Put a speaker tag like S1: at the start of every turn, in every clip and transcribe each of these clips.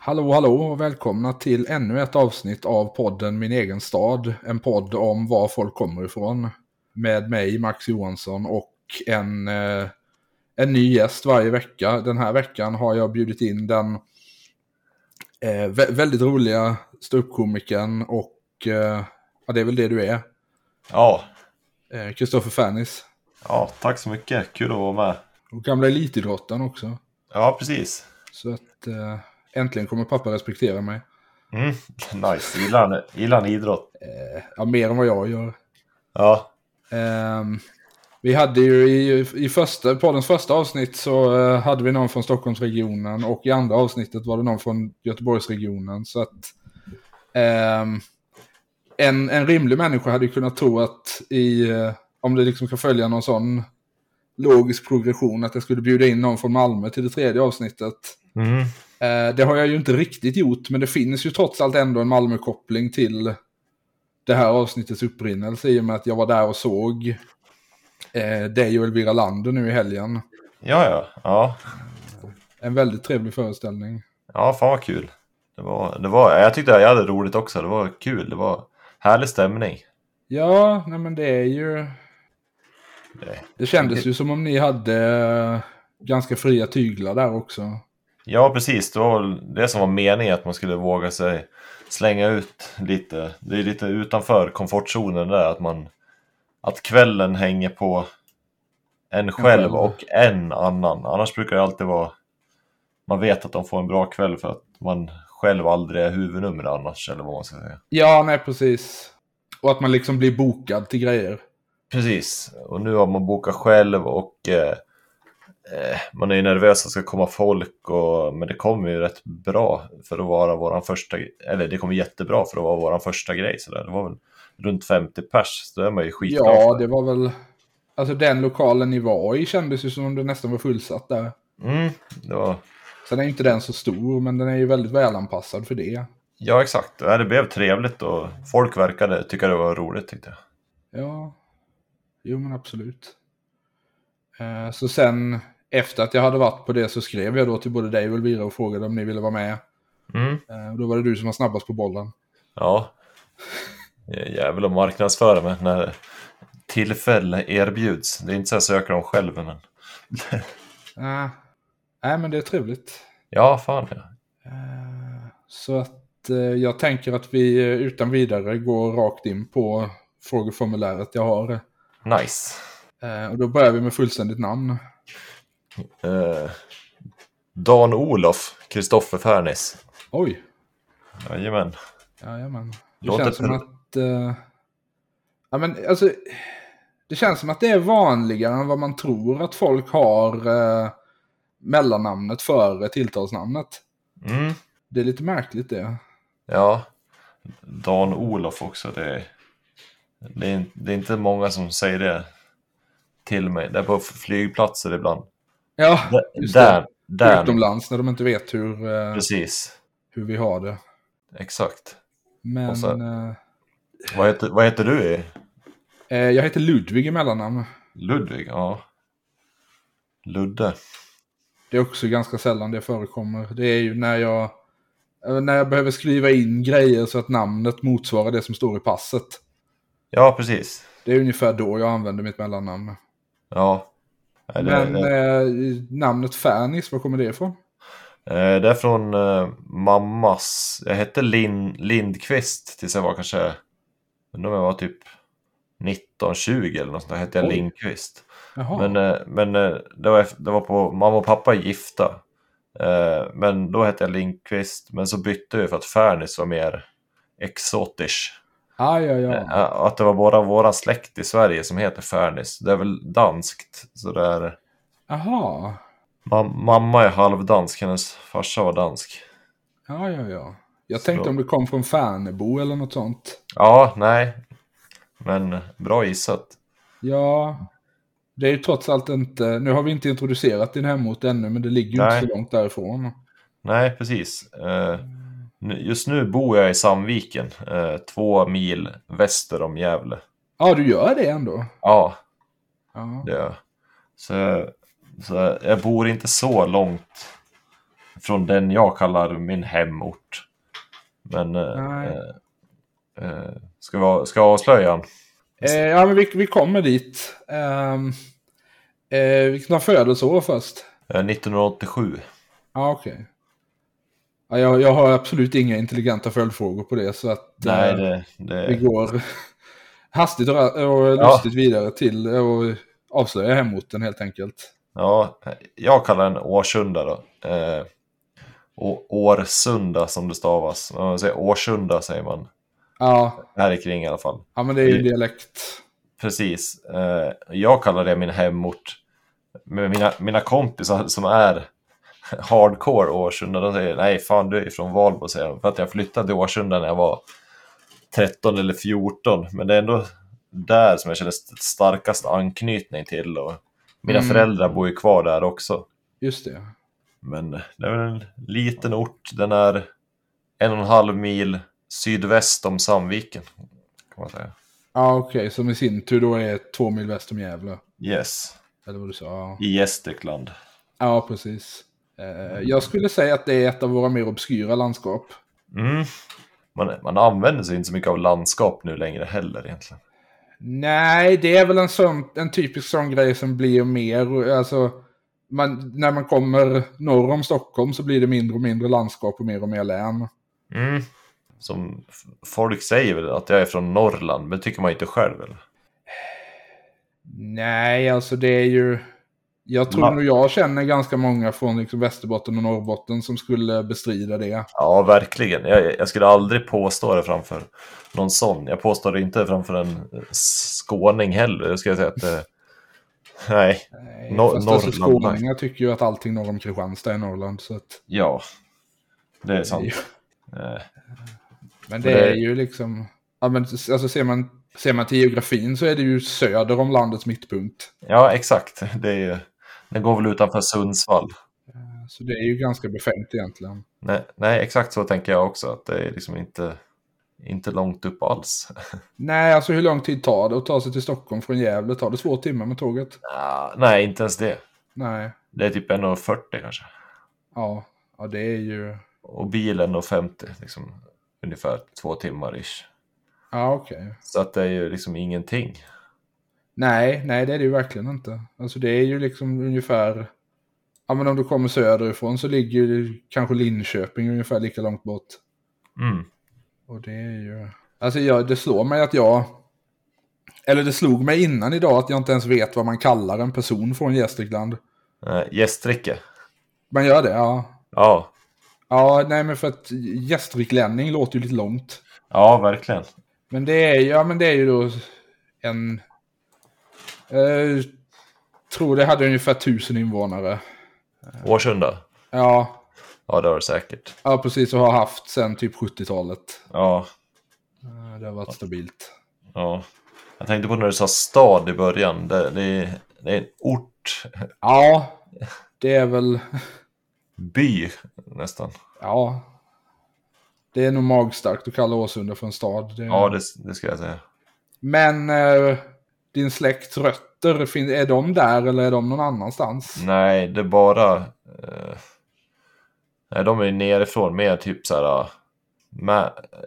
S1: Hallå, hallå och välkomna till ännu ett avsnitt av podden Min egen stad. En podd om var folk kommer ifrån. Med mig, Max Johansson, och en, eh, en ny gäst varje vecka. Den här veckan har jag bjudit in den eh, vä- väldigt roliga ståuppkomikern och eh, ja, det är väl det du är.
S2: Ja,
S1: Eh, Kristoffer Fernis.
S2: ja, tack så mycket. Kul att vara med.
S1: Och gamla elitidrottaren också.
S2: Ja, precis.
S1: Så att eh, äntligen kommer pappa respektera mig.
S2: Mm. Nice. Gillar han, gillar han idrott?
S1: Eh, ja, mer än vad jag gör.
S2: Ja,
S1: Ehm, vi hade ju i, i första, poddens första avsnitt så eh, hade vi någon från Stockholmsregionen och i andra avsnittet var det någon från Göteborgsregionen. Så att ehm, en, en rimlig människa hade ju kunnat tro att i, eh, om det liksom kan följa någon sån logisk progression att jag skulle bjuda in någon från Malmö till det tredje avsnittet.
S2: mm.
S1: Eh, det har jag ju inte riktigt gjort, men det finns ju trots allt ändå en Malmökoppling till det här avsnittets upprinnelse i och med att jag var där och såg eh, dig och Elvira Lander nu i helgen.
S2: ja, ja. ja.
S1: En väldigt trevlig föreställning.
S2: Ja, fan vad kul. Det var, det var, jag tyckte jag hade roligt också. Det var kul. Det var härlig stämning.
S1: Ja, nej men det är ju...
S2: Det-
S1: Det kändes ju som om ni hade eh, ganska fria tyglar där också.
S2: Ja, precis. Det var väl det som var meningen, att man skulle våga sig slänga ut lite. Det är lite utanför komfortzonen där, att man... Att kvällen hänger på en
S1: själv.
S2: själv och en annan. Annars brukar det alltid vara... Man vet att de får en bra kväll för att man själv aldrig är huvudnummer annars, eller vad man ska säga.
S1: Ja, nej precis. Och att man liksom blir bokad till grejer.
S2: Precis, och nu har man bokat själv och eh, eh, man är ju nervös att det ska komma folk, och, men det kommer ju rätt bra för att vara våran första, eller det kommer jättebra för att vara våran första grej. Så där. Det var väl runt 50 pers, så det är man ju skitglad
S1: Ja,
S2: för.
S1: det var väl... Alltså den lokalen ni var i kändes ju som om det nästan var fullsatt där.
S2: Mm, det var...
S1: Sen är ju inte den så stor, men den är ju väldigt välanpassad för det.
S2: Ja, exakt. Ja, Det blev trevligt och folk verkade tycka det var roligt tyckte jag.
S1: Ja, jo men absolut. Eh, Så sen, efter att jag hade varit på det så skrev jag då till både dig och Elvira och frågade om ni ville vara med.
S2: Mm.
S1: Eh, och Då var det du som var snabbast på bollen.
S2: Ja, jävlar att marknadsföra mig när tillfälle erbjuds. Det är inte så jag söker dem själv, men
S1: Eh, Nej, men det är trevligt.
S2: ja, fan ja.
S1: Eh, Så att eh, jag tänker att vi eh, utan vidare går rakt in på frågeformuläret jag har.
S2: Nice.
S1: Eh, Och då börjar vi med fullständigt namn.
S2: Eh, Dan Olof, Kristoffer Färnis.
S1: Oj,
S2: Jajamän.
S1: Jajamän. Det
S2: Låter
S1: känns som
S2: pr-
S1: att... eh, ja, men alltså... Det känns som att det är vanligare än vad man tror att folk har eh, mellannamnet före tilltalsnamnet.
S2: Mm.
S1: Det är lite märkligt det.
S2: Ja. Dan Olof också, det är, det, är, det är inte många som säger det till mig. Det är på flygplatser ibland.
S1: Ja,
S2: D-
S1: Just det.
S2: Dan, Dan.
S1: utomlands när de inte vet hur, eh,
S2: Precis,
S1: hur vi har det.
S2: exakt.
S1: Men
S2: Och så-
S1: eh,
S2: Vad heter, vad heter du? i-
S1: eh, jag heter Ludvig i mellannamn.
S2: Ludvig? Ja. Ludde.
S1: Det är också ganska sällan det förekommer. Det är ju när jag, eh, när jag behöver skriva in grejer så att namnet motsvarar det som står i passet.
S2: Ja, precis.
S1: Det är ungefär då jag använder mitt mellannamn.
S2: Ja. Nej, det-
S1: Men
S2: det-
S1: eh, namnet Fernis, var kommer det ifrån?
S2: Eh, Det är från eh, mammas... Jag hette Lin, Lindqvist tills jag var kanske... Undrar om jag var typ 19-20 eller något sånt där. hette jag
S1: Oj. Lindqvist.
S2: Lindqvist.
S1: Jaha.
S2: Men, eh, men eh, det, var, det var på... Mamma och pappa är gifta. Eh, Men då hette jag Lindqvist. Men så bytte jag för att Färnis var mer exotisk.
S1: ah, ja, ja.
S2: Eh, Att det var bara våra släkt i Sverige som heter Färnis. Det är väl danskt. Så det är...
S1: Jaha.
S2: Mam- mamma är halvdansk. Hennes farsa var dansk.
S1: Ja, ja, ja. Jag
S2: Så-
S1: tänkte om det kom från Färnebo eller något sånt.
S2: Ja, nej. Men bra gissat.
S1: Ja. Det är ju trots allt inte... Nu har vi inte introducerat din hemort ännu, men det ligger ju
S2: Nej.
S1: inte så långt därifrån.
S2: Nej, precis. Eh, nu- just nu bor jag i Sandviken, eh, två mil väster om Gävle.
S1: Ja, ah, du gör det ändå.
S2: Ja,
S1: Ja.
S2: det gör jag. Så, så jag bor inte så långt från den jag kallar min hemort. Men eh,
S1: Nej.
S2: eh, ska, vi, ska jag avslöja han?
S1: Eh, ja, men vi, vi kommer dit. Ehm, eh, vi kan ta födelseår först.
S2: Eh, 1987.
S1: Ja, okej. Ja, jag, jag har absolut inga intelligenta följdfrågor på det, så att eh,
S2: Nej, det,
S1: vi
S2: det,
S1: går hastigt och, ra- och lustigt vidare till eh, och avslöja hemorten helt enkelt.
S2: ja, jag kallar den Årsunda då. Eh, och Årsunda som det stavas. Men Man säger Årsunda säger man.
S1: Ja,
S2: Här i kring i alla fall.
S1: ja men det är ju en
S2: Vi-
S1: dialekt.
S2: Precis. Eh, jag kallar det min hemort. Men mina, mina kompisar som är hardcore Årsunda, de säger nej fan du är ju från Valbo säger de. För att jag flyttade till Årsunda när jag var 13 eller 14. Men det är ändå där som jag känner st- starkast anknytning till. Och mina
S1: Mm.
S2: föräldrar bor ju kvar där också.
S1: Just det.
S2: Men det är väl en liten ort. Den är en och en halv mil sydväst om Sandviken. Kan man säga.
S1: Ja, okej, som i sin tur då är två mil väst om Gävle.
S2: Yes,
S1: Eller vad du sa. Ja.
S2: i Gästrikland.
S1: Ja, precis. Eh, Jag skulle säga att det är ett av våra mer obskyra landskap.
S2: Mm. Man, man använder sig inte så mycket av landskap nu längre heller egentligen.
S1: Nej, det är väl en, sån, en typisk sån grej som blir mer, alltså, man, när man kommer norr om Stockholm så blir det mindre och mindre landskap och mer och mer län.
S2: Mm. Som f- folk säger väl att jag är från Norrland, men tycker man inte själv eller?
S1: Nej, alltså det är ju, jag tror
S2: Man-
S1: nog jag känner ganska många från liksom Västerbotten och Norrbotten som skulle bestrida det.
S2: Ja, verkligen. Jag, jag skulle aldrig påstå det framför någon sån. Jag påstår det inte framför en skåning heller. Jag skulle säga att... Eh, nej.
S1: Nej,
S2: Nor-
S1: fast alltså
S2: Norrland, nej.
S1: skåningar tycker ju att allting norr om Kristianstad är Norrland. Så att,
S2: Ja. Det är sant. Eh,
S1: Men
S2: Men
S1: det
S2: det-
S1: är ju liksom, ja, men, alltså ser man, ser man till geografin så är det ju söder om landets mittpunkt.
S2: Ja, exakt. Det är ju... Den går väl utanför Sundsvall.
S1: Så det är ju ganska befängt egentligen.
S2: Nej, nej, exakt så tänker jag också. Att det är liksom inte, inte långt upp alls.
S1: Nej, alltså hur lång tid tar det att ta sig till Stockholm från Gävle? Tar det två timmar med tåget?
S2: Ah, nej, inte ens det.
S1: Nej,
S2: Det är typ 1,40 kanske.
S1: ja, ja det är ju...
S2: Och bilen 1,50. Liksom, ungefär två timmar ish.
S1: Ja, okej.
S2: Så att det är ju liksom ingenting.
S1: Nej, nej, det är det ju verkligen inte. Alltså det är ju liksom ungefär... Ja, men om du kommer söderifrån så ligger ju kanske Linköping ungefär lika långt bort.
S2: Mm.
S1: Och det är ju... Alltså jag, det slår mig att jag... Eller det slog mig innan idag att jag inte ens vet vad man kallar en person från Gästrikland.
S2: Eh, Gästrike.
S1: Man gör det, ja.
S2: Ja.
S1: Ja, nej men för att gästriklänning låter ju lite långt.
S2: ja, verkligen.
S1: Men det är, ja, men det är ju då en... Eh, tror det hade ungefär tusen invånare.
S2: Årsunda.
S1: Ja,
S2: Ja, det har det säkert.
S1: ja, precis. Och har haft sedan typ 70-talet.
S2: Ja,
S1: Eh, Det har varit stabilt.
S2: ja. Jag tänkte på när du sa stad i början. Det, det, är- det är en ort.
S1: Ja, det är väl...
S2: By nästan.
S1: Ja. Det är nog magstarkt att kalla Åsunda för en stad. Det...
S2: Ja, det, det ska jag säga.
S1: Men eh, din släkts rötter, fin- är de där eller är de någon annanstans?
S2: Nej, det är bara... Eh, nej, de är ju nerifrån, mer typ så här... eh, Mä, eh,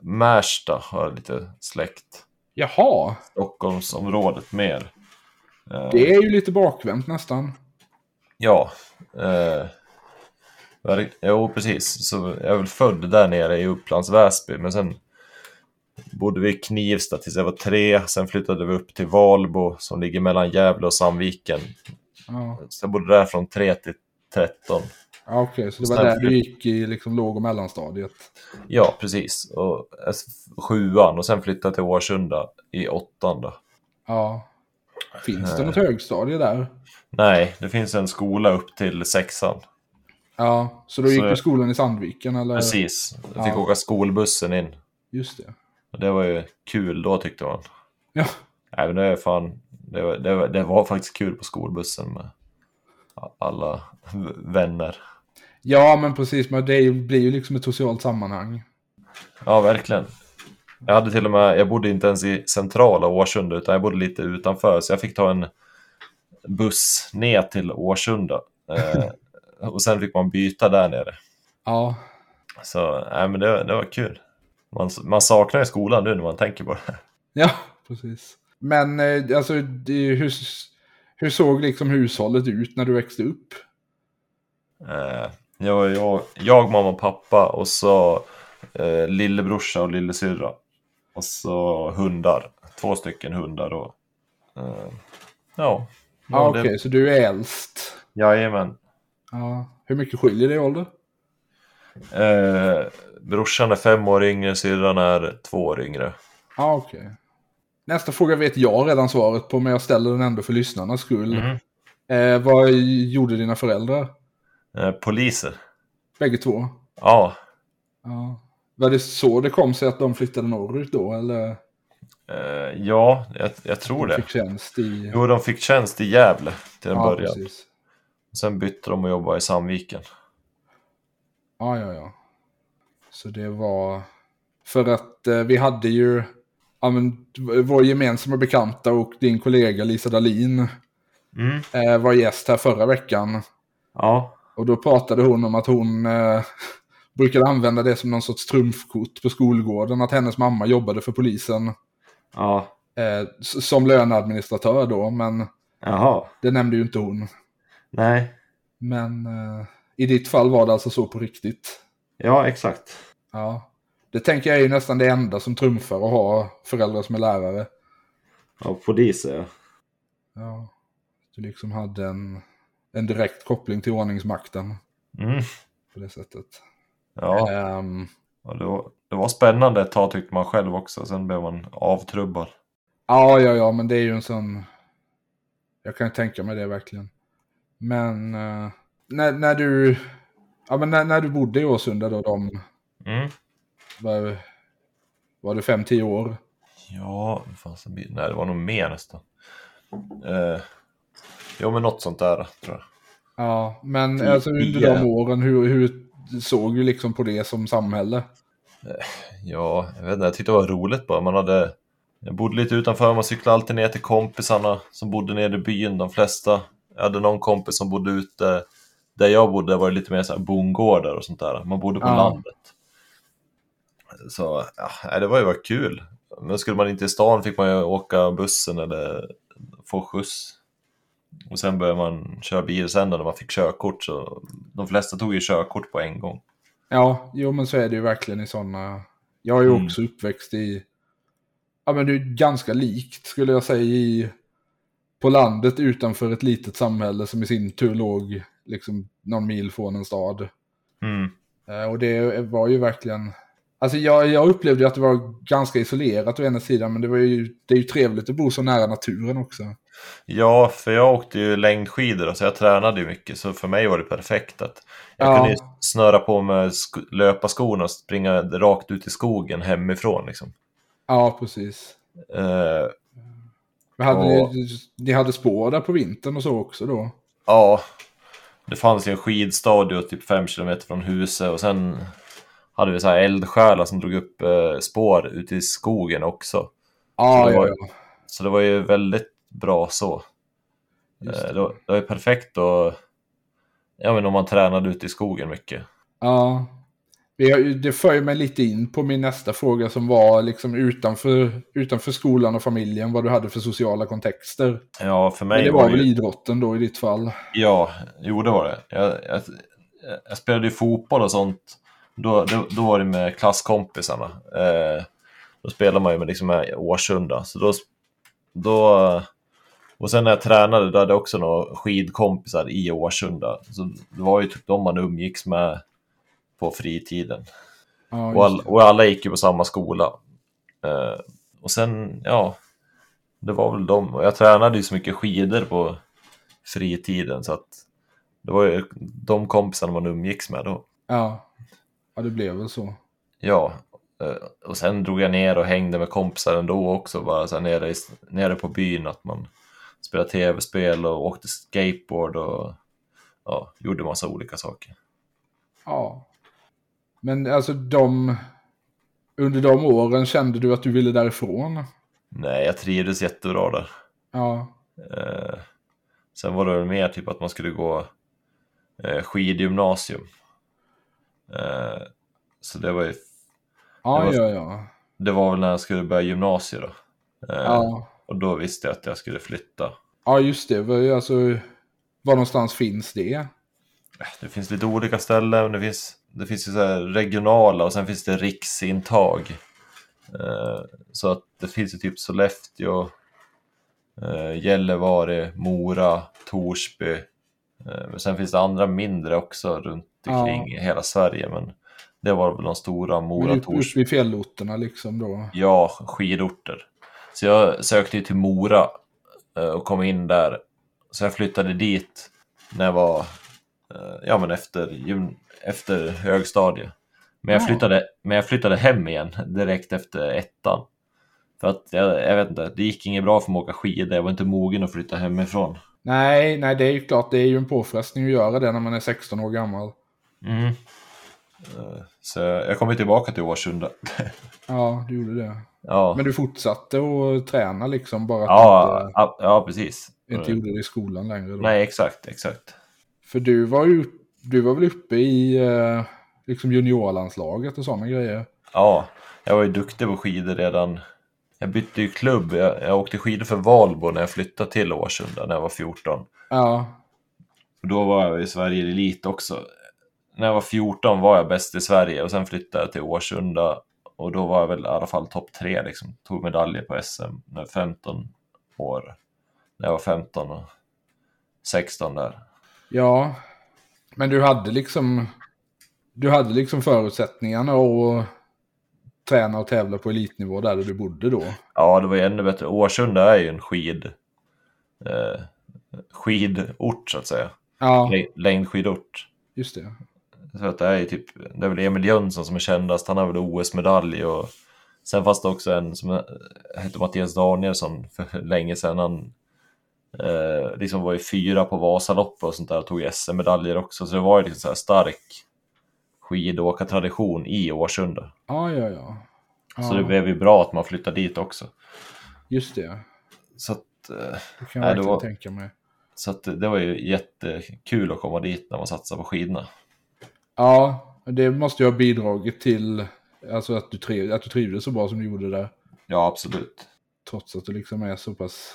S2: Märsta har lite släkt.
S1: Jaha,
S2: Stockholmsområdet mer. Eh,
S1: det är ju lite bakvänt nästan.
S2: Ja. Eh, verk- jo, precis. Så jag är väl född där nere i Upplands Väsby, men sen bodde vi i Knivsta tills jag var tre. Sen flyttade vi upp till Valbo som ligger mellan Gävle och Sandviken.
S1: Ja,
S2: Så jag bodde där från 3 till 13.
S1: ja okej, så det var
S2: Sen
S1: där du
S2: flytt-
S1: gick i liksom låg och mellanstadiet.
S2: Ja, precis. Och S- sjuan och sen flyttade till Årsunda i åttan. Då.
S1: Ja. Finns det något högstadie där?
S2: Nej, det finns en skola upp till sexan.
S1: Ja, så då gick
S2: Så-
S1: du skolan i Sandviken eller?
S2: Precis. Jag fick
S1: Ja.
S2: åka skolbussen in.
S1: Just det.
S2: Och det var ju kul då tyckte man.
S1: Ja,
S2: Nej, men det är fan... Det var, det, var, det var faktiskt kul på skolbussen med alla v- vänner.
S1: ja men precis, men det är ju- blir ju liksom ett socialt sammanhang.
S2: Ja, verkligen. Jag hade till och med... Jag bodde inte ens i centrala Årsunda, utan jag bodde lite utanför. Så jag fick ta en buss ner till Årsunda. Eh, och sen fick man byta där nere.
S1: Ja,
S2: Så nej, men det, det var kul. Man, man saknar ju skolan nu när man tänker på det.
S1: ja precis. Men eh, alltså, det, är ju hur, hur såg liksom hushållet ut när du växte upp?
S2: Eh, Jag, var- jag, jag, mamma och pappa och så eh, lillebrorsa och lillesyrra. Och så hundar. Två stycken hundar då. Eh,
S1: Ja,
S2: ja. Ja, det-
S1: okej, så du är äldst.
S2: Jajamän.
S1: Ja. Hur mycket skiljer det i ålder?
S2: Eh, brorsan är fem år yngre, syrran är två år yngre.
S1: Ja, okej. Nästa fråga vet jag redan svaret på, men jag ställer den ändå för lyssnarnas skull.
S2: Mhm.
S1: Eh, vad gjorde dina föräldrar?
S2: Eh, poliser.
S1: Bägge två?
S2: Ja,
S1: Ja. Var det så det kom sig att de flyttade norrut då, eller?
S2: eh, ja jag, jag tror det.
S1: Fick tjänst i...
S2: Jo, de fick tjänst i Gävle till en
S1: ja,
S2: början.
S1: precis.
S2: Sen bytte de och jobbade i Sandviken.
S1: Ja, ja, ja. Så det var... För att eh, vi hade ju... Ja, men, vår gemensamma bekanta och din kollega Lisa Dahlin
S2: Mm.
S1: eh, var gäst här förra veckan.
S2: Ja.
S1: Och då pratade hon om att hon eh, brukade använda det som någon sorts trumfkort på skolgården. Att hennes mamma jobbade för polisen
S2: Ja.
S1: eh, s- som löneadministratör då. Men
S2: Jaha.
S1: det nämnde ju inte hon.
S2: Nej.
S1: Men eh, i ditt fall var det alltså så på riktigt.
S2: Ja, exakt.
S1: Ja. Det tänker jag är ju nästan det enda som trumfar att ha föräldrar som är lärare.
S2: Ja, poliser ja.
S1: Ja. Du liksom hade en, en direkt koppling till ordningsmakten
S2: Mm.
S1: på det sättet.
S2: Ja,
S1: Ehm,
S2: och det, var, det var spännande ett tag tyckte man själv också. Sen blev man avtrubbad.
S1: Ja, ja, ja, men det är ju en sån... Jag kan tänka mig det verkligen. Men eh, när, när du... Ja, men när, när du bodde i Årsunda då, de...
S2: Mm.
S1: Var, var du 5-10 år?
S2: Ja, hur fan så blir- Nej, det var nog mer nästan. Eh, jo, men något sånt där tror jag.
S1: Ja, men
S2: Tio.
S1: alltså under de åren, hur, hur såg du liksom på det som samhälle?
S2: Ja, jag vet inte. Jag tyckte det var roligt bara. Man hade... Jag bodde lite utanför, man cyklade alltid ner till kompisarna som bodde nere i byn, de flesta. Jag hade någon kompis som bodde ute. Där jag bodde var det lite mer så här bondgårdar och sånt där. Man bodde på
S1: Ja.
S2: landet. Så ja, nej, det var ju bara kul. Men skulle man inte i stan fick man ju åka bussen eller få skjuts. Och sen började man köra bil sen då när man fick körkort. Så de flesta tog ju körkort på en gång.
S1: Ja, jo men så är det ju verkligen i sådana... Jag är ju
S2: Mm.
S1: också uppväxt i... Ja men det är ju ganska likt skulle jag säga i... På landet utanför ett litet samhälle som i sin tur låg liksom någon mil från en stad.
S2: Mm.
S1: Eh, Och det var ju verkligen... Alltså jag, jag upplevde ju att det var ganska isolerat å ena sidan men det, var ju, det är ju trevligt att bo så nära naturen också.
S2: Ja, för jag åkte ju längdskidor så jag tränade ju mycket så för mig var det perfekt att jag
S1: Ja.
S2: kunde ju snöra på med sk- löparskorna och springa rakt ut i skogen hemifrån liksom.
S1: Ja, precis.
S2: Eh,
S1: Men hade
S2: Ja.
S1: ni, ni hade spår där på vintern och så också då?
S2: ja, det fanns ju en skidstadion typ fem kilometer från huset och sen hade vi så här eldsjälar som drog upp eh, spår ute i skogen också.
S1: Ja,
S2: det var-
S1: ja, ja.
S2: Så det var ju väldigt bra så.
S1: Just
S2: Eh,
S1: det.
S2: det, var, det var ju perfekt och ja men om man tränade ute i skogen mycket.
S1: Ja. Vi har ju- Det för ju mig lite in på min nästa fråga som var liksom utanför, utanför skolan och familjen, vad du hade för sociala kontexter.
S2: Ja, för mig
S1: Men det var
S2: det ju-
S1: väl idrotten då i ditt fall?
S2: Ja, jo det var det. Jag, jag, jag spelade ju fotboll och sånt. Då, då, då var det med klasskompisarna. Eh, då spelade man ju med liksom med Årsunda. Så då, då, och sen när jag tränade, då hade jag också några skidkompisar i Årsunda. Så det var ju typ de man umgicks med på fritiden.
S1: Ja,
S2: Och, all,
S1: just det.
S2: och alla gick ju på samma skola. Eh, och sen, ja, det var väl de. Och jag tränade ju så mycket skidor på fritiden så att det var ju de kompisarna man umgicks med då.
S1: ja. ja, det blev väl så.
S2: Ja, eh, och sen drog jag ner och hängde med kompisar ändå också, bara så här nere, i, nere på byn att man spelade tv-spel och åkte skateboard och ja, gjorde massa olika saker.
S1: Ja. Men alltså de... Under de åren kände du att du ville därifrån?
S2: Nej, jag trivdes jättebra där.
S1: Ja.
S2: Eh, sen var det väl mer typ att man skulle gå eh, skidgymnasium. Eh, så det var ju,
S1: Ja,
S2: Det var-
S1: ja, ja.
S2: det var väl när jag skulle börja gymnasiet då. Eh,
S1: Ja,
S2: Och då visste jag att jag skulle flytta.
S1: ja just det. Var ju Alltså, var någonstans finns det?
S2: Eh, Det finns lite olika ställen, men det finns, det finns ju så här regionala och sen finns det riksintag. Eh, så att det finns ju typ Sollefteå, eh, Gällivare, Mora, Torsby. Eh, men sen finns det andra mindre också runt
S1: Ja.
S2: omkring i hela Sverige. Men det var väl de stora,
S1: Men
S2: Mora,
S1: Upp,
S2: Torsby.
S1: upp i fjällorterna liksom då.
S2: Ja, skidorter. Så jag sökte ju till Mora eh, och kom in där. Så jag flyttade dit när jag var, eh, ja men efter, gym, efter högstadiet. Men jag,
S1: Ja.
S2: flyttade, men jag flyttade hem igen direkt efter ettan. För att jag, jag vet inte, det gick inget bra för mig att åka skidor. Jag var inte mogen att flytta hemifrån.
S1: Nej, nej, det är ju klart. Det är ju en påfrestning att göra det när man är 16 år gammal.
S2: Mm. Eh, Så jag kom ju tillbaka till Årsunda.
S1: Ja, du gjorde det.
S2: Ja,
S1: Men du fortsatte att träna liksom, bara att
S2: ja, ja, ja precis.
S1: du inte, inte gjorde det i skolan längre. Då.
S2: Nej, exakt, exakt.
S1: För du var ju du var väl uppe i eh, liksom juniorlandslaget och sådana grejer.
S2: Ja, jag var ju duktig på skidor redan. Jag bytte ju klubb. Jag, jag åkte skidor för Valbo när jag flyttade till Årsunda när jag var 14.
S1: Ja,
S2: Och då var jag i Sverige Elit också. När jag var 14 var jag bäst i Sverige och sen flyttade jag till Årsunda och då var jag väl i alla fall topp tre liksom. Tog medaljer på SM när jag var 15 år. När jag var 15 och 16 där.
S1: ja. Men du hade liksom du hade liksom förutsättningarna att träna och tävla på elitnivå där du bodde då.
S2: Ja, det var ju ännu bättre. Årsunda är ju en skid... Eh, skidort så att säga.
S1: Ja,
S2: Lä- Längdskidort.
S1: just det.
S2: Så att det är ju typ, det är väl Emil Jönsson som är kändast, han har väl OS-medalj och sen fanns det också en som eh, hette Mattias Danielsson för länge sedan. Han eh, liksom var ju fyra på Vasaloppet och sånt där och tog SM-medaljer också, så det var ju liksom så här stark skidåkartradition i Årsunda.
S1: Ja, ja, ja. ja
S2: Så det blev ju bra att man flyttade dit också.
S1: Just det.
S2: Så att, eh,
S1: Det kan jag
S2: Nej, det
S1: verkligen
S2: var-
S1: tänka mig.
S2: så att det var ju jättekul att komma dit när man satsar på skidorna.
S1: Ja, det måste ju ha bidragit till alltså att, du triv, att du trivdes så bra som du gjorde där.
S2: Ja, absolut.
S1: Trots att du liksom är så pass,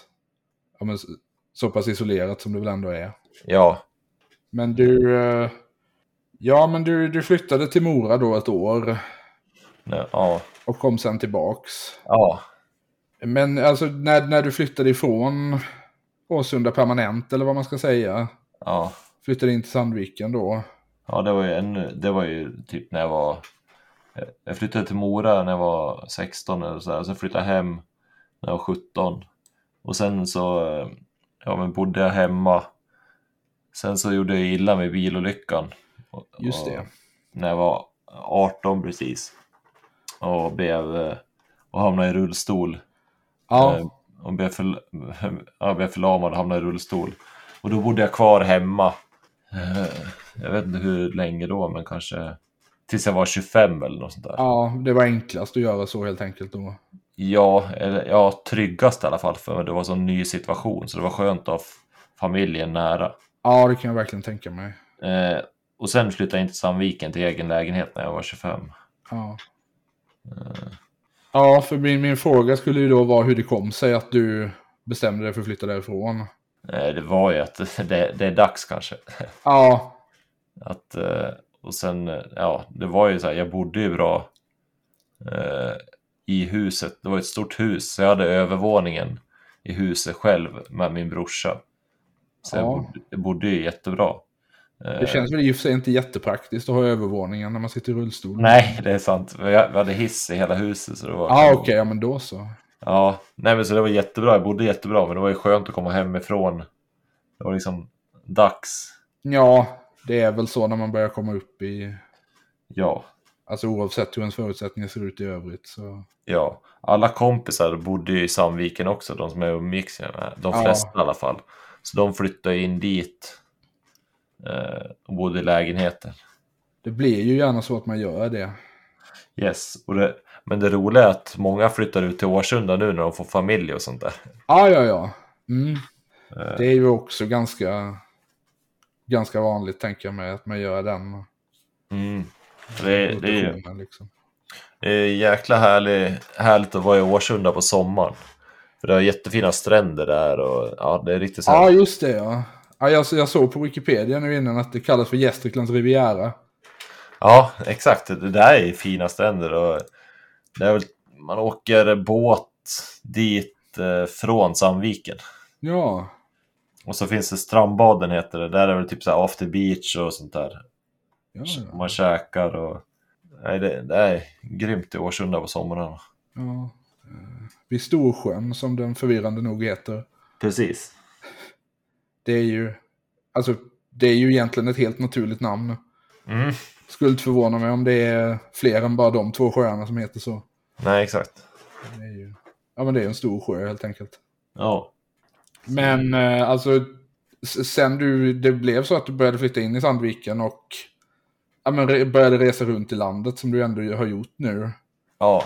S1: ja, men, så- så pass isolerat som du väl ändå är.
S2: Ja,
S1: Men du, eh, ja men du, du flyttade till Mora då ett år
S2: nej, ja,
S1: och kom sen tillbaks.
S2: ja.
S1: Men alltså när, när du flyttade ifrån Åsunda permanent eller vad man ska säga,
S2: ja.
S1: flyttade in till Sandviken då.
S2: Ja, det var ju, ännu, det var ju typ när jag var... Jag flyttade till Mora när jag var 16 eller så där, och sen flyttade jag hem när jag var 17. Och sen så eh, ja, men bodde jag hemma. Sen så gjorde jag illa med bilolyckan. Och-
S1: Just
S2: och
S1: det.
S2: När jag var 18 precis. Och blev... eh, Och hamnade i rullstol. Eh,
S1: Ja,
S2: Och blev, för, ja, blev förlamad och hamnade i rullstol. Och då bodde jag kvar hemma. Eh, Jag vet inte hur länge då, men kanske tills jag var 25 eller något sånt där.
S1: ja, det var enklast att göra så helt enkelt då.
S2: Ja, eller, ja tryggast i alla fall, för det var en sån ny situation. Så det var skönt att ha f- familjen nära.
S1: Ja, det kan jag verkligen tänka mig.
S2: Eh, och sen flyttade jag in till Sandviken till egen lägenhet när jag var 25.
S1: Ja. Ja, för min, min fråga skulle ju då vara hur det kom sig att du bestämde dig för att flytta därifrån.
S2: Eh, det var ju att det, det är dags kanske.
S1: Ja,
S2: Att, eh, och sen, eh, ja, det var ju så här, jag bodde ju bra eh, i huset. Det var ett stort hus, så jag hade övervåningen i huset själv med min brorsa. Så jag,
S1: Ja.
S2: bodde, jag bodde ju jättebra. Eh,
S1: det känns väl i och för sig inte jättepraktiskt att ha övervåningen när man sitter i rullstol.
S2: Nej, det är sant. Vi vi hade hiss i hela huset. Så det var
S1: Ja, Ah, okej, ja men då så.
S2: Ja, nej men så det var jättebra. Jag bodde jättebra, men det var ju skönt att komma hemifrån. Det var liksom dags.
S1: Ja, det är väl så när man börjar komma upp i,
S2: Ja,
S1: alltså oavsett hur ens förutsättningar ser ut i övrigt så.
S2: Ja, alla kompisar bodde ju i Sandviken också, de som jag umgicks med. De
S1: Ja.
S2: flesta i alla fall. Så de flyttade in dit eh, och bodde i lägenheten.
S1: Det blir ju gärna så att man gör det.
S2: Yes, och det, men det roliga är att många flyttar ut till Årsunda nu när de får familj och sånt där. Eh.
S1: Ja, ja, ja. Mm. Det är ju också ganska, ganska vanligt tänker jag mig att man gör den.
S2: Mm. Det, det, är ju,
S1: rotationen, liksom.
S2: det är jäkla härlig, härligt att vara i Årsunda på sommaren. För det har jättefina stränder där och ja, det är riktigt så här.
S1: Ja, just det ja. ja jag, jag såg på Wikipedia nu innan att det kallas för Gästriklands Riviera.
S2: Ja, exakt. Det där är fina stränder. Och det är väl, man åker båt dit eh, från Sandviken.
S1: Ja,
S2: Och så finns det strandbaden heter det. Där är väl typ så här after beach och sånt där.
S1: ja, ja.
S2: Man käkar och... Nej, det, det är grymt i Årsunda på sommaren.
S1: ja. Eh, Vid Storsjön som den förvirrande nog heter.
S2: Precis.
S1: Det är ju, alltså, det är ju egentligen ett helt naturligt namn.
S2: Mm.
S1: Skulle inte förvåna mig om det är fler än bara de två sjöarna som heter så.
S2: Nej, exakt.
S1: Det är ju, ja men det är en stor sjö helt enkelt.
S2: Ja.
S1: Men eh, alltså, s- sen du, det blev så att du började flytta in i Sandviken och ja, men re, började resa runt i landet som du ändå har gjort nu
S2: Ja.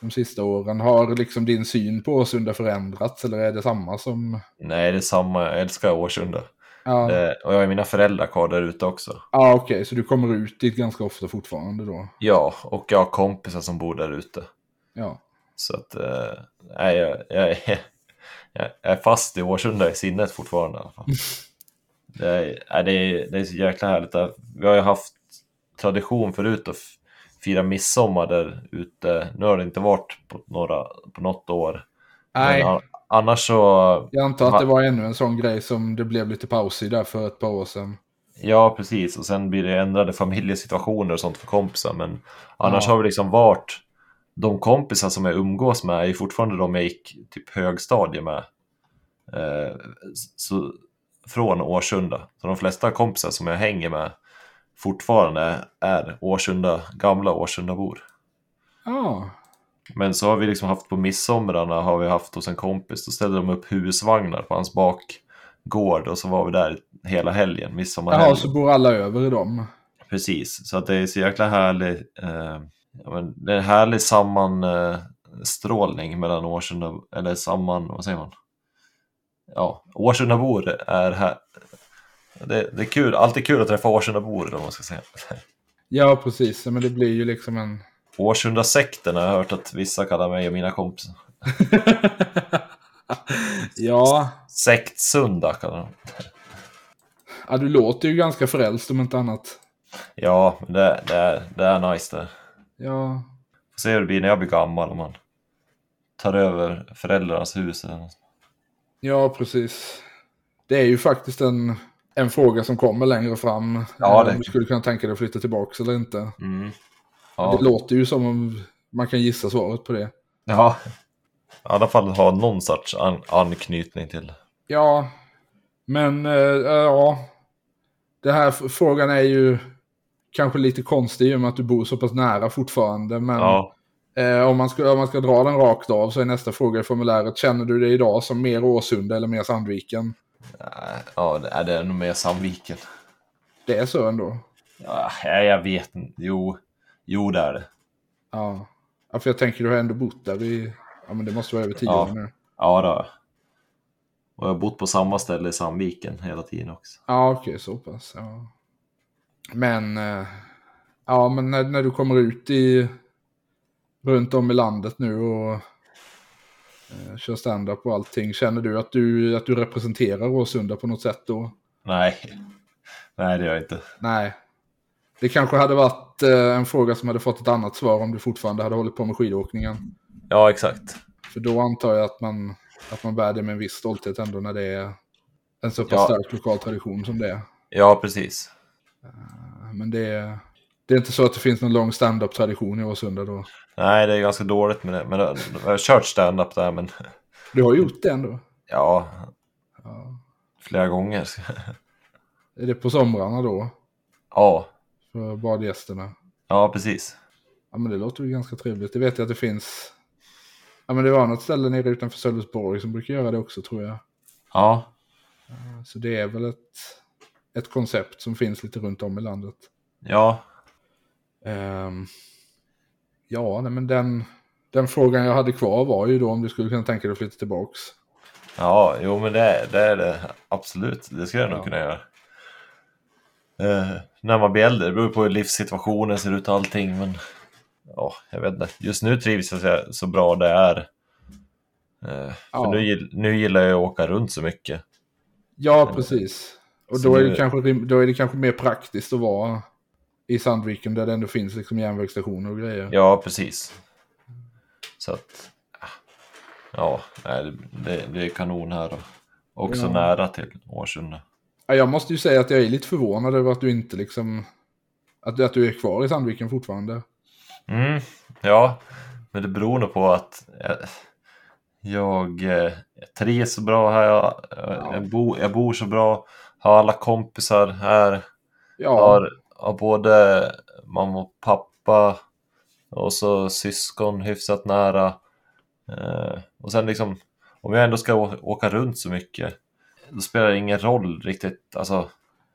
S1: de sista åren. Har liksom din syn på Årsunda förändrats eller är det samma som...
S2: Nej, det är samma. Jag älskar Årsunda.
S1: Ja,
S2: Det, och jag har mina föräldrar kvar där ute också.
S1: ja okej, så du kommer ut dit ganska ofta fortfarande då?
S2: Ja, och jag har kompisar som bor där ute.
S1: Ja,
S2: Så att... eh, Nej, jag, jag, är- jag är fast i Årsunda i sinnet fortfarande i alla fall. Det är, nej, det är, det är så jäkla härligt. där. Vi har ju haft tradition förut att f- fira midsommar där ute. Nu har det inte varit på, några, på något år.
S1: nej.
S2: Men a- annars så...
S1: Jag antar att det var ännu en sån grej som det blev lite paus i där för ett par år sedan.
S2: Ja, precis. Och sen blir det ändrade familjesituationer och sånt för kompisar. Men annars
S1: Ja.
S2: har vi liksom varit... De kompisar som jag umgås med är ju fortfarande de jag gick typ högstadie med. Eh, så, från Årsunda. Så de flesta kompisar som jag hänger med fortfarande är Årsunda, gamla Årsundabor.
S1: Ja,
S2: Men så har vi liksom haft på midsomrarna har vi haft hos en kompis, då ställde de upp husvagnar på hans bakgård och så var vi där hela helgen, midsommarhelgen.
S1: Jaha, så bor alla över i dem.
S2: Precis, så att det är så jäkla härlig, eh, ja, men det är en härlig sammanstrålning mellan Årsunda, eller samman, vad säger man? Ja, Årsundabor är här. Det, det är kul, alltid kul att träffa Årsundabor eller vad man ska säga.
S1: Ja, precis. Men det blir ju liksom en...
S2: Årsundasekten har jag hört att vissa kallar mig och mina kompisar.
S1: ja.
S2: Sektsunda kallar de.
S1: ja, du låter ju ganska frälst om inte annat.
S2: Ja, men det, det, är, det är nice det.
S1: Ja,
S2: Får se hur det blir när jag blir gammal om man tar över föräldrarnas hus eller något.
S1: ja precis. Det är ju faktiskt en, en fråga som kommer längre fram.
S2: Ja,
S1: Eh,
S2: det-
S1: Om du skulle kunna tänka dig att flytta tillbaka eller inte.
S2: Mm. Ja.
S1: Det låter ju som om man kan gissa svaret på det.
S2: Ja. I alla fall ha någon sorts an- anknytning till.
S1: Ja, men eh, ja. Den här f- frågan är ju kanske lite konstig i och med att du bor så pass nära fortfarande. Men
S2: Ja.
S1: eh, om, man ska, om man ska dra den rakt av så är nästa fråga i formuläret. Känner du dig idag som mer Årsunda eller mer Sandviken?
S2: Nej, Ja, det är det nog mer Sandviken.
S1: Det är så ändå.
S2: Ja, jag vet inte. Jo. Jo, det är det.
S1: Ja. ja, för jag tänker du har ändå bott där i, ja men det måste vara över tio
S2: Ja.
S1: år nu.
S2: Ja, det har jag. Och jag har bott på samma ställe i Sandviken hela tiden också.
S1: Ja, okej, så pass. Ja. Men, eh, ja men när, när du kommer ut i, runt om i landet nu och eh, kör stand-up och allting, känner du att du, att du representerar Åsunda på något sätt då?
S2: Nej. Nej, det gör jag inte.
S1: Nej. Det kanske hade varit eh, en fråga som hade fått ett annat svar om du fortfarande hade hållit på med skidåkningen.
S2: Ja, exakt.
S1: För då antar jag att man, att man bär det med en viss stolthet ändå när det är en så pass
S2: Ja.
S1: stark lokal tradition som det är.
S2: Ja, precis.
S1: Men det är, det är inte så att det finns någon lång stand-up-tradition i Årsunda då.
S2: Nej, det är ganska dåligt med det. Men jag jag har kört stand-up där, men
S1: Du har gjort det ändå.
S2: ja,
S1: Ja.
S2: flera gånger.
S1: Är det på somrarna då?
S2: Ja,
S1: För badgästerna?
S2: ja precis.
S1: Ja men det låter ju ganska trevligt. Det vet jag att det finns. Ja men det var något ställe nere utanför Sölvesborg som brukar göra det också tror jag.
S2: Ja,
S1: Så det är väl ett, ett koncept som finns lite runt om i landet.
S2: ja,
S1: Ehm, ja, nej, men den, den frågan jag hade kvar var ju då om du skulle kunna tänka dig att flytta tillbaks.
S2: Ja, jo men det, det är det absolut. Det skulle jag nog
S1: Ja.
S2: kunna göra. eh, när man blir äldre. Det beror på hur livssituationen ser ut och allting. Men ja, jag vet inte. Just nu trivs jag så- så bra det är. Eh,
S1: Ja.
S2: för nu, gill- nu gillar jag att åka runt så mycket.
S1: Ja, precis. Och
S2: Så
S1: då är,
S2: nu-
S1: det kanske, rim- då är det kanske mer praktiskt att vara i Sandviken där det ändå finns liksom järnvägsstationer och grejer.
S2: Ja, precis. Så att... Ja, nej, det- det, det är kanon här. Och också
S1: Ja.
S2: nära till Årsunda.
S1: Ja, Jag måste ju säga att jag är lite förvånad över att du inte liksom... Att, att du är kvar i Sandviken fortfarande.
S2: Mm, ja, men det beror nog på att eh, jag eh, trivs så bra här. Jag, eh, jag, bo, jag bor så bra, har alla kompisar här.
S1: Ja,
S2: Har, har både mamma och pappa och så syskon hyfsat nära. Eh, och sen liksom, om jag ändå ska å- åka runt så mycket, då spelar det ingen roll riktigt. Alltså,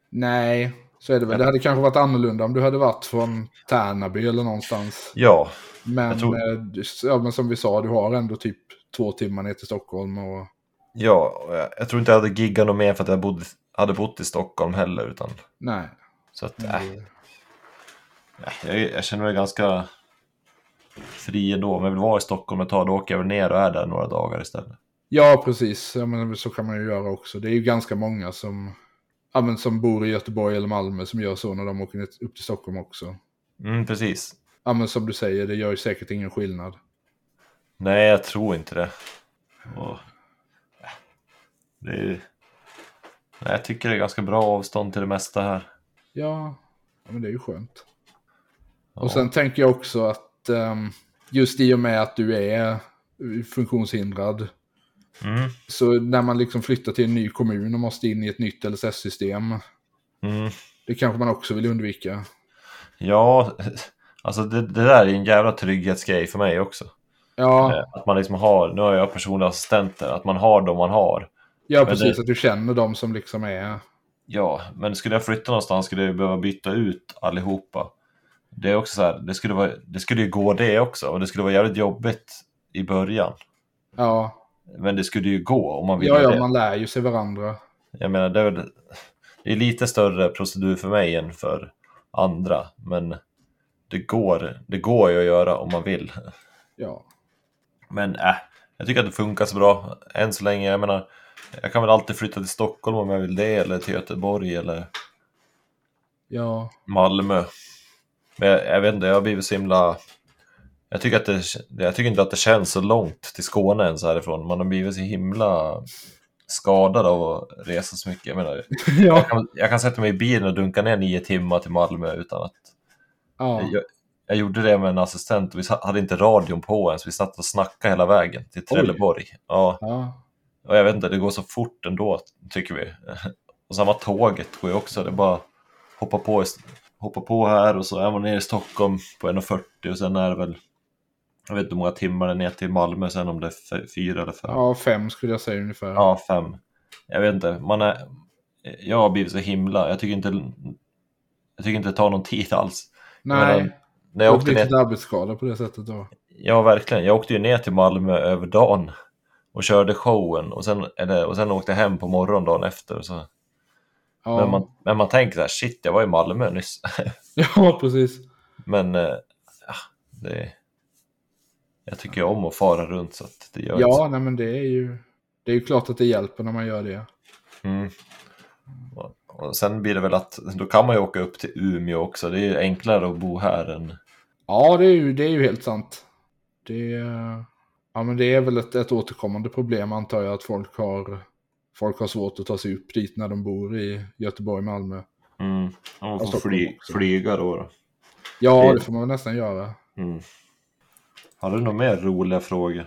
S1: nej. Så är det väl. Det hade kanske varit annorlunda om du hade varit från Tärnaby eller någonstans.
S2: ja,
S1: Men,
S2: Jag tror-
S1: eh, du- ja, men som vi sa, du har ändå typ två timmar ner till Stockholm. Och...
S2: ja och jag, jag tror inte jag hade giggat något mer för att jag bodde, hade bott i Stockholm heller. Utan,
S1: Nej.
S2: så att, äh, jag, jag känner mig ganska fri ändå. Om jag vill vara i Stockholm ett tag, då åker jag väl ner och är där några dagar istället.
S1: Ja, precis. Ja, men så kan man ju göra också. Det är ju ganska många som, ja, men som bor i Göteborg eller Malmö som gör så när de åker ner- upp till Stockholm också.
S2: Mm, precis.
S1: Ja, men som du säger, det gör ju säkert ingen skillnad.
S2: Nej, jag tror inte det. Och, äh, det är, nej, jag tycker det är ganska bra avstånd till det mesta här.
S1: Ja, ja men det är ju skönt.
S2: Ja.
S1: Och sen tänker jag också att ehm, just i och med att du är funktionshindrad
S2: Mm,
S1: så när man liksom flyttar till en ny kommun och måste in i ett nytt LSS-system
S2: mm.
S1: det kanske man också vill undvika.
S2: Ja, alltså det, det där är en jävla trygghetsgrej för mig också.
S1: Ja,
S2: Eh, Att man liksom har, nu har jag personliga assistenter, att man har dem man har.
S1: ja
S2: men
S1: precis.
S2: det-
S1: Att du känner de som liksom är...
S2: Ja, men skulle jag flytta någonstans skulle jag ju behöva byta ut allihopa. Det är också så här, det skulle, vara, det skulle ju gå det också och det skulle vara jävligt jobbigt i början.
S1: Ja,
S2: Men det skulle ju gå om man ville
S1: ja,
S2: det.
S1: ja man lär ju sig varandra.
S2: Jag menar, det är, väl, det är lite större procedur för mig än för andra, men det går, det går ju att göra om man vill.
S1: Ja,
S2: Men äh, jag tycker att det funkar så bra än så länge. Jag menar, jag kan väl alltid flytta till Stockholm om jag vill det, eller till Göteborg eller
S1: ja,
S2: Malmö. Men jag, jag vet inte, jag har blivit så himla... Jag tycker, att det, jag tycker inte att det känns så långt till Skåne ens härifrån. Man har blivit så himla skadad av att resa så mycket. Jag menar,
S1: ja.
S2: jag kan, jag kan sätta mig i bilen och dunka ner nio timmar till Malmö utan att...
S1: ja.
S2: Jag, jag gjorde det med en assistent och vi sa- hade inte radion på ens. Vi satt och snackade hela vägen till
S1: Oj.
S2: Trelleborg. Ja,
S1: ja.
S2: och jag vet inte, det går så fort ändå, tycker vi. Och samma tåget går ju också. Det är bara hoppa på, i- hoppa på här och så är man nere i Stockholm på 1.40 och sen är det väl... Jag vet inte hur många timmar det är ner till Malmö sen om det är f- fyra eller fem.
S1: ja, fem skulle jag säga ungefär.
S2: Ja, fem. Jag vet inte, man är... Jag har blivit så himla... Jag tycker inte... Jag tycker inte det tar någon tid alls.
S1: Nej,
S2: Men När jag
S1: och
S2: åkte
S1: lite
S2: ner...
S1: arbetsskada på det sättet då.
S2: Ja, verkligen. Jag åkte ju ner till Malmö över dagen och körde showen och sen, eller, och sen åkte jag hem på morgonen dagen efter. Och så.
S1: Ja,
S2: Men, man, men man tänker så här, shit, jag var i Malmö nyss.
S1: ja precis.
S2: men eh, ja, det... Jag tycker ju om att fara runt så att det gör inte så-
S1: Ja, nej, men det är ju... Det är ju klart att det hjälper när man gör det.
S2: Mm. Och- Och sen blir det väl att då kan man ju åka upp till Umeå också. Det är ju enklare att bo här än...
S1: Ja, det är ju, det är ju helt sant. Det, är- ja, men det är väl ett, ett återkommande problem antar jag att folk har, folk har svårt att ta sig upp dit när de bor i Göteborg, Malmö.
S2: Mm. Man
S1: får fly-
S2: flyga då. då.
S1: Ja,
S2: Det-
S1: det får man väl nästan göra.
S2: Mm. Har du några mer roliga frågor?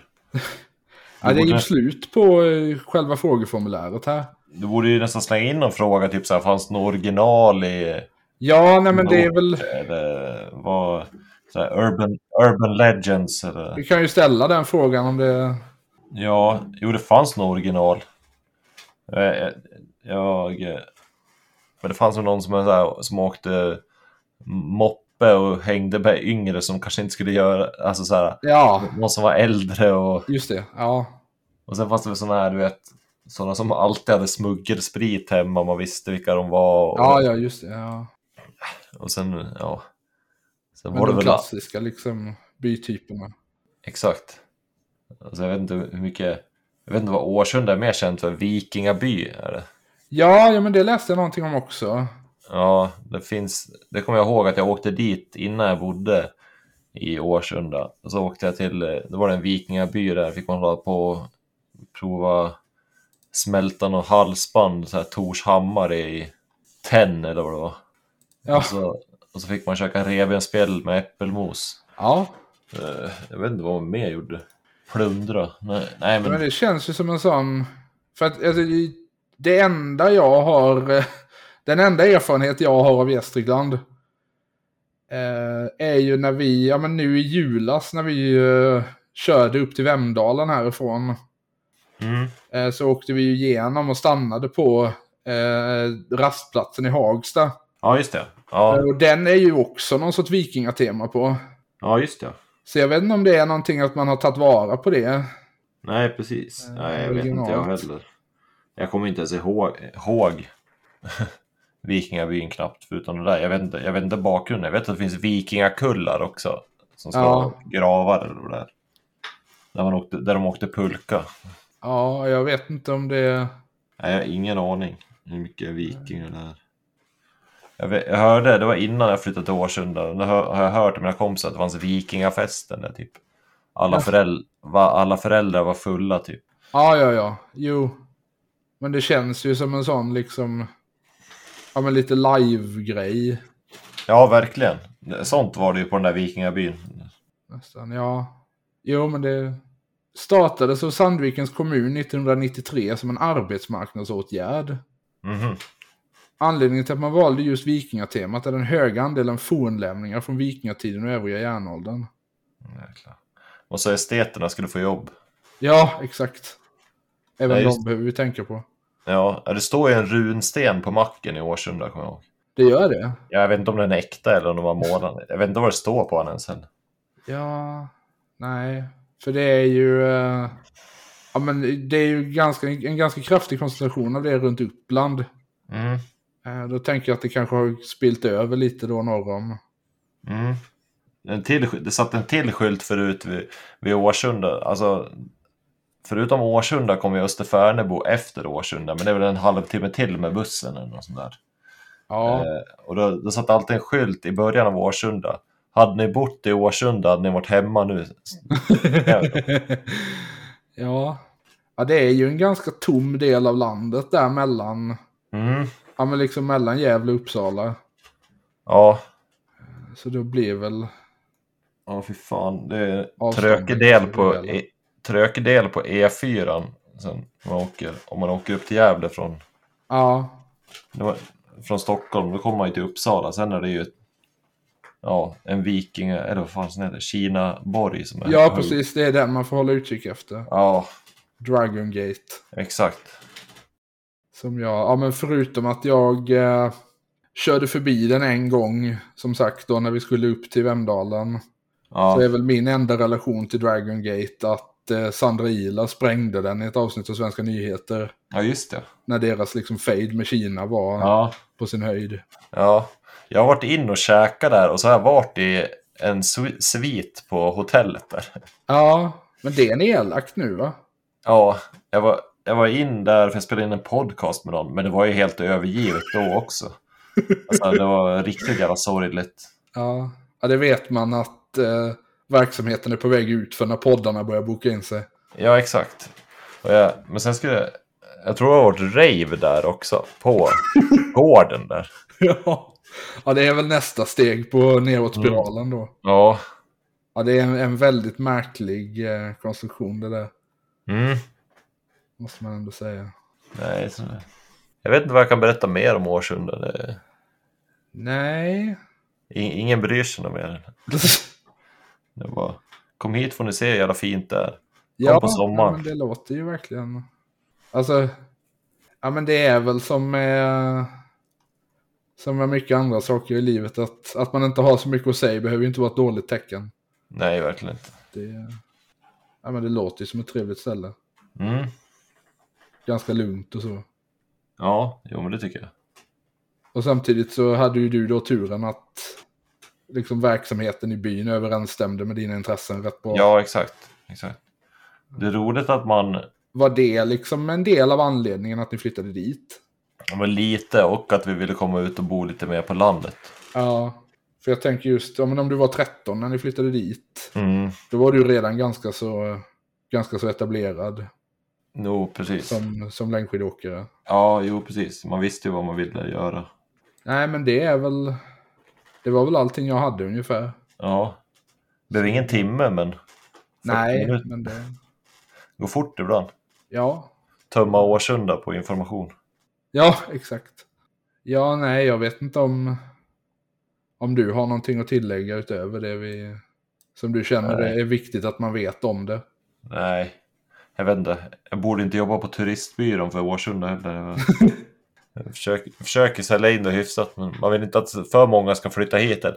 S1: Ja, det är ju
S2: Borde-
S1: slut på eh, själva frågeformuläret här.
S2: Du borde ju nästan slänga in någon fråga, typ så här, fanns det något original i...
S1: Ja, nej men det är väl...
S2: Eller vad... Så här, urban, urban legends eller...
S1: Vi kan ju ställa den frågan om det...
S2: Ja, jo det fanns något original. Eh, Jag... eh, Men det fanns nog någon som, är så här, som åkte moppe och hängde med yngre som kanske inte skulle göra... Alltså så här,
S1: Ja,
S2: någon som var äldre och...
S1: just det. Ja,
S2: Och sen fanns det väl sådana här, du vet, Sådana som alltid hade smuggelsprit hemma, man visste vilka de var. Och,
S1: Ja, ja, just det. Ja.
S2: och sen, ja. Sen
S1: Men
S2: var det
S1: de
S2: väl...
S1: klassiska liksom, bytyperna.
S2: Exakt. Alltså, jag vet inte hur mycket... Jag vet inte vad Årsunda är mer känt för. Vikingaby är det.
S1: Ja, ja, men det läste jag någonting om också.
S2: Ja, det finns... Det kommer jag ihåg att jag åkte dit innan jag bodde i Årsunda. Och så åkte jag till... eh, Då var det en vikingaby där. Fick man hålla på och prova smälta något halsband, så här Torshammar i tenn eller vad det var.
S1: Ja.
S2: Och, så, och så fick man käka revbensspjäll med äppelmos.
S1: Ja,
S2: Eh, Jag vet inte vad man mer gjorde. Plundra? Nej, nej men...
S1: men det känns ju som en sån... För att alltså, det- det enda jag har... eh, Den enda erfarenhet jag har av Gästrikland eh, är ju när vi, ja men nu i julas när vi eh, körde upp till Vemdalen härifrån.
S2: Mm.
S1: Eh, så åkte vi ju igenom och stannade på eh, rastplatsen i Hagsta.
S2: Ja, just det. Ja,
S1: Och den är ju också någon sorts vikingatema på.
S2: ja just det.
S1: Så jag vet inte om det är någonting att man har tagit vara på det.
S2: Nej, precis.
S1: Eh,
S2: Nej, jag vet inte jag
S1: originalt.
S2: heller. Jag kommer inte ens ihåg, ihåg Vikingabyn knappt förutom det där. Jag vet, inte, jag vet inte bakgrunden. Jag vet att det finns vikingakullar också. Som ska
S1: Ja.
S2: vara gravar eller vad det är. Där, man åkte, där de åkte pulka.
S1: Ja, jag vet inte om det...
S2: Nej, jag har ingen aning hur mycket vikingar det är. Jag, vet, jag hörde, det var innan jag flyttade till Årsunda, då hör- har jag hört av mina kompisar att det fanns vikingafesten där typ. Alla,
S1: Ja.
S2: föräl- va, alla föräldrar var fulla typ.
S1: Ja, ja, ja. Jo. Men det känns ju som en sån liksom... Ja, men lite live-grej.
S2: Ja, verkligen. Sånt var det ju på den där vikingabyn.
S1: Nästan, ja. Jo, men det startades av Sandvikens kommun 1993 som en arbetsmarknadsåtgärd.
S2: Mhm.
S1: Anledningen till att man valde just vikingatemat är den höga andelen fornlämningar från vikingatiden och övriga järnåldern.
S2: Jäklar. Och så esteterna skulle få jobb.
S1: Ja, exakt. Även
S2: Ja, just-
S1: de behöver vi tänka på.
S2: Ja, det står ju en runsten på macken i Årsunda, kommer jag ihåg.
S1: Det gör det.
S2: Jag vet inte om den är äkta eller om de var målade. Jag vet inte vad det står på den ens. heller.
S1: Ja, nej. För det är ju... eh, ja, men det är ju ganska, en ganska kraftig koncentration av det runt Uppland.
S2: Mm.
S1: Eh, då tänker jag att det kanske har spilt över lite då norr om.
S2: Mm. En till, sky- det satt en till skylt förut vid, vid Årsunda. Alltså, förutom Årsunda kommer ju Österfärnebo efter Årsunda, men det är väl en halvtimme till med bussen eller något sånt där.
S1: Ja,
S2: Eh, och då, då satt alltid en skylt i början av Årsunda. Hade ni bott i Årsunda hade ni varit hemma nu.
S1: ja. ja, det är ju en ganska tom del av landet där mellan,
S2: Mm.
S1: ja, men liksom mellan Gävle och Uppsala.
S2: Ja.
S1: Så då blir väl...
S2: ja, fy fan. Det är
S1: Avståndet
S2: trökedel
S1: blir
S2: på,
S1: väl-
S2: e, trökedel på E4 sen man åker, om man åker upp till Gävle från
S1: Ja,
S2: Det var, från Stockholm, då kommer man ju till Uppsala. Sen är det ju ja, en viking, eller vad fan som heter, Kinaborg som är
S1: ja precis. Det är den man får hålla utkik efter.
S2: Ja,
S1: Dragon Gate.
S2: exakt.
S1: Som jag, ja men förutom att jag eh, körde förbi den en gång, som sagt då när vi skulle upp till Vemdalen. Så
S2: Ja,
S1: är väl min enda relation till Dragon Gate att eh, Sandra Ila sprängde den i ett avsnitt av Svenska nyheter.
S2: ja just det.
S1: När deras liksom fade med Kina var
S2: Ja,
S1: på sin höjd.
S2: ja. Jag har varit in och käkat där och så har jag varit i en swi- svit på hotellet där.
S1: Ja, men det är en elakt nu va?
S2: Ja, jag var, jag var in där för jag spelade in en podcast med någon, men det var ju helt övergivet då också. Alltså, det var riktigt jävla sorgligt.
S1: Ja, ja det vet man att eh, verksamheten är på väg ut för när poddarna börjar boka in sig.
S2: Ja, exakt. Och jag, men sen skulle jag... Jag tror det har varit rave där också, på gården där.
S1: ja. ja, det är väl nästa steg på nedåtspiralen då.
S2: Ja.
S1: Ja, det är en, en väldigt märklig eh, konstruktion det där.
S2: Mm.
S1: Måste man ändå säga.
S2: Nej, så... Jag vet inte vad jag kan berätta mer om Årsunda. Det...
S1: Nej.
S2: i- Ingen bryr sig något mer. Det var... Kom hit får ni se hur jävla fint det är. på sommaren.
S1: ja, men det låter ju verkligen. Alltså, ja men det är väl som med, som med mycket andra saker i livet. Att, att man inte har så mycket att säga behöver ju inte vara ett dåligt tecken.
S2: Nej, verkligen inte.
S1: Det, ja, men det låter ju som ett trevligt ställe.
S2: Mm.
S1: ganska lugnt och så.
S2: Ja, jo men det tycker jag.
S1: Och samtidigt så hade ju du då turen att liksom verksamheten i byn överensstämde med dina intressen rätt bra.
S2: Ja, exakt. exakt. Det är roligt att man,
S1: Var det liksom en del av anledningen att ni flyttade dit?
S2: ja, men lite, och att vi ville komma ut och bo lite mer på landet.
S1: Ja, för jag tänker just, ja, men om du var 13 när ni flyttade dit,
S2: Mm.
S1: då var du ju redan ganska så, ganska så etablerad
S2: Jo, precis.
S1: som, som längdskidåkare.
S2: Ja, jo, precis. Man visste ju vad man ville göra.
S1: Nej, men det är väl, det var väl allting jag hade ungefär.
S2: Ja. Det blev ingen timme, men... 40
S1: Nej,
S2: minuter.
S1: men det,
S2: går fort ibland.
S1: ja,
S2: Tömma Årsunda på information.
S1: Ja, exakt. Ja, nej, jag vet inte om, om du har någonting att tillägga utöver det vi, som du känner
S2: Nej.
S1: det är viktigt att man vet om det.
S2: Nej, jag vet inte. Jag borde inte jobba på turistbyrån för Årsunda heller. Jag försöker, försöker sälja in det hyfsat, men man vill inte att för många ska flytta hit än.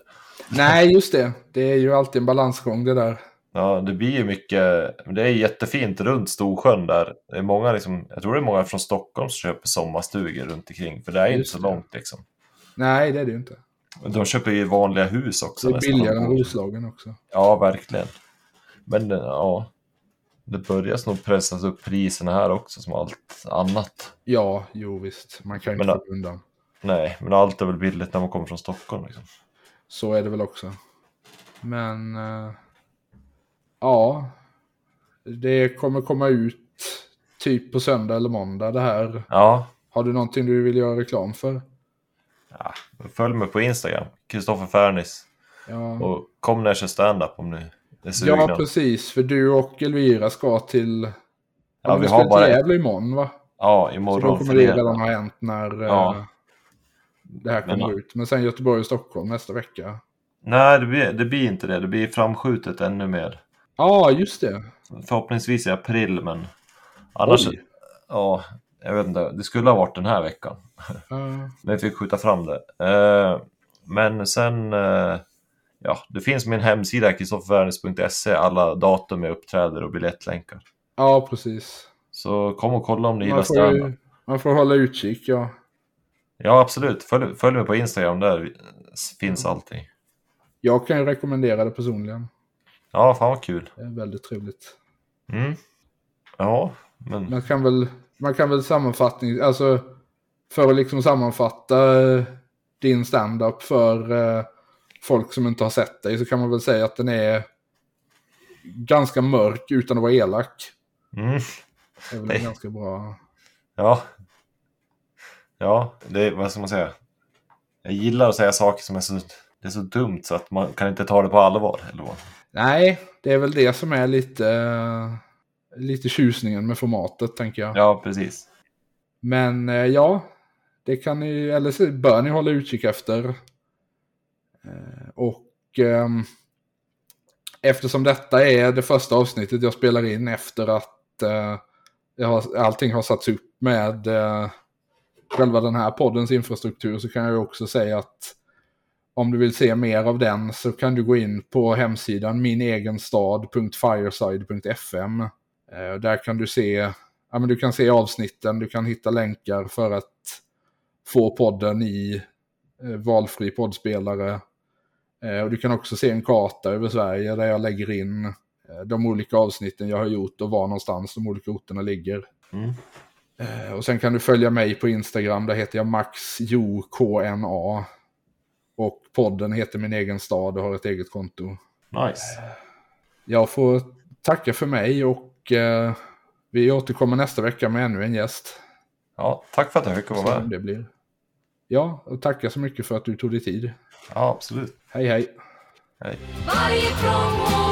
S1: Nej, just det. Det är ju alltid en balansgång det där.
S2: Ja, det blir ju mycket. Det är jättefint runt Storsjön där. Det är många, liksom, jag tror det är många från Stockholm som köper sommarstugor runt omkring, för det är inte
S1: Just
S2: så
S1: det.
S2: långt liksom.
S1: Nej, det är det ju inte.
S2: Och De köper ju vanliga hus också.
S1: Det är
S2: nästan.
S1: billigare än Roslagen också.
S2: Ja, verkligen. Men ja, det börjar nog pressas upp priserna här också som allt annat.
S1: Ja, jo visst. Man kan ju
S2: Men
S1: inte
S2: då-
S1: komma undan.
S2: Nej, men allt är väl billigt när man kommer från Stockholm. Liksom.
S1: Så är det väl också. Men, eh, ja. Det kommer komma ut typ på söndag eller måndag det här.
S2: Ja,
S1: Har du någonting du vill göra reklam för?
S2: ja, följ mig på Instagram, Kristoffer Fernis.
S1: Ja.
S2: Och kom när jag kör stand-up om ni är sugna.
S1: Mm. Ja, precis. För du och Elvira ska till...
S2: Ja,
S1: vi
S2: vi
S1: ska
S2: har bara
S1: till
S2: ett.
S1: Gävle imorgon, va?
S2: Ja,
S1: Så då
S2: imorgon.
S1: kommer det
S2: fredag.
S1: redan ha hänt när eh,
S2: Ja.
S1: det här kommer
S2: Men,
S1: ut. Men sen Göteborg och Stockholm nästa vecka.
S2: Nej, det blir, det blir inte det. Det blir framskjutet ännu mer.
S1: Ja, just det.
S2: Förhoppningsvis i april, men annars...
S1: Oj.
S2: Ja, jag vet inte. Det skulle ha varit den här veckan.
S1: Ja.
S2: Men vi fick skjuta fram det. Eh, men sen, eh, ja, det finns min hemsida kristoffervernis.se. Alla datum jag uppträder och biljettlänkar.
S1: ja, precis.
S2: Så kom och kolla om ni gillar
S1: Man får,
S2: standup.
S1: ju, man får hålla utkik, ja.
S2: Ja, absolut. Följ, följ mig på Instagram, där finns allting.
S1: Jag kan ju rekommendera det personligen.
S2: Ja, fan vad kul.
S1: Det är väldigt trevligt.
S2: Mm. Ja, men
S1: Man kan väl, man kan väl sammanfattning, alltså för att liksom sammanfatta eh, din standup för eh, folk som inte har sett dig så kan man väl säga att den är ganska mörk utan att vara elak.
S2: mm.
S1: Det är väl
S2: Nej.
S1: en ganska bra.
S2: ja. Ja, det är, vad ska man säga? Jag gillar att säga saker som är så, det är så dumt så att man kan inte ta det på allvar. Eller vad?
S1: Nej, det är väl det som är lite, eh, lite tjusningen med formatet tänker jag.
S2: Ja, precis.
S1: Men eh, ja, det kan ni, eller så bör ni hålla utkik efter. Eh, Och ehm, eftersom detta är det första avsnittet jag spelar in efter att eh, jag har, allting har satts upp med eh, själva den här poddens infrastruktur så kan jag ju också säga att om du vill se mer av den så kan du gå in på hemsidan minegenstad.fireside.fm. Eh, Där kan du se ja, men du kan se avsnitten, du kan hitta länkar för att få podden i eh, valfri poddspelare. Eh, och du kan också se en karta över Sverige där jag lägger in eh, de olika avsnitten jag har gjort och var någonstans de olika orterna ligger.
S2: Mm.
S1: Eh, och sen kan du följa mig på Instagram, där heter jag maxjokna. Och podden heter Min egen stad och har ett eget konto.
S2: Nice.
S1: Jag får tacka för mig och eh, vi återkommer nästa vecka med ännu en gäst.
S2: Ja, tack för att jag fick vara
S1: Se om
S2: med.
S1: det blir. Ja, och tacka så mycket för att du tog dig tid.
S2: Ja, absolut.
S1: Hej hej!
S2: Hej.
S3: Varje prång och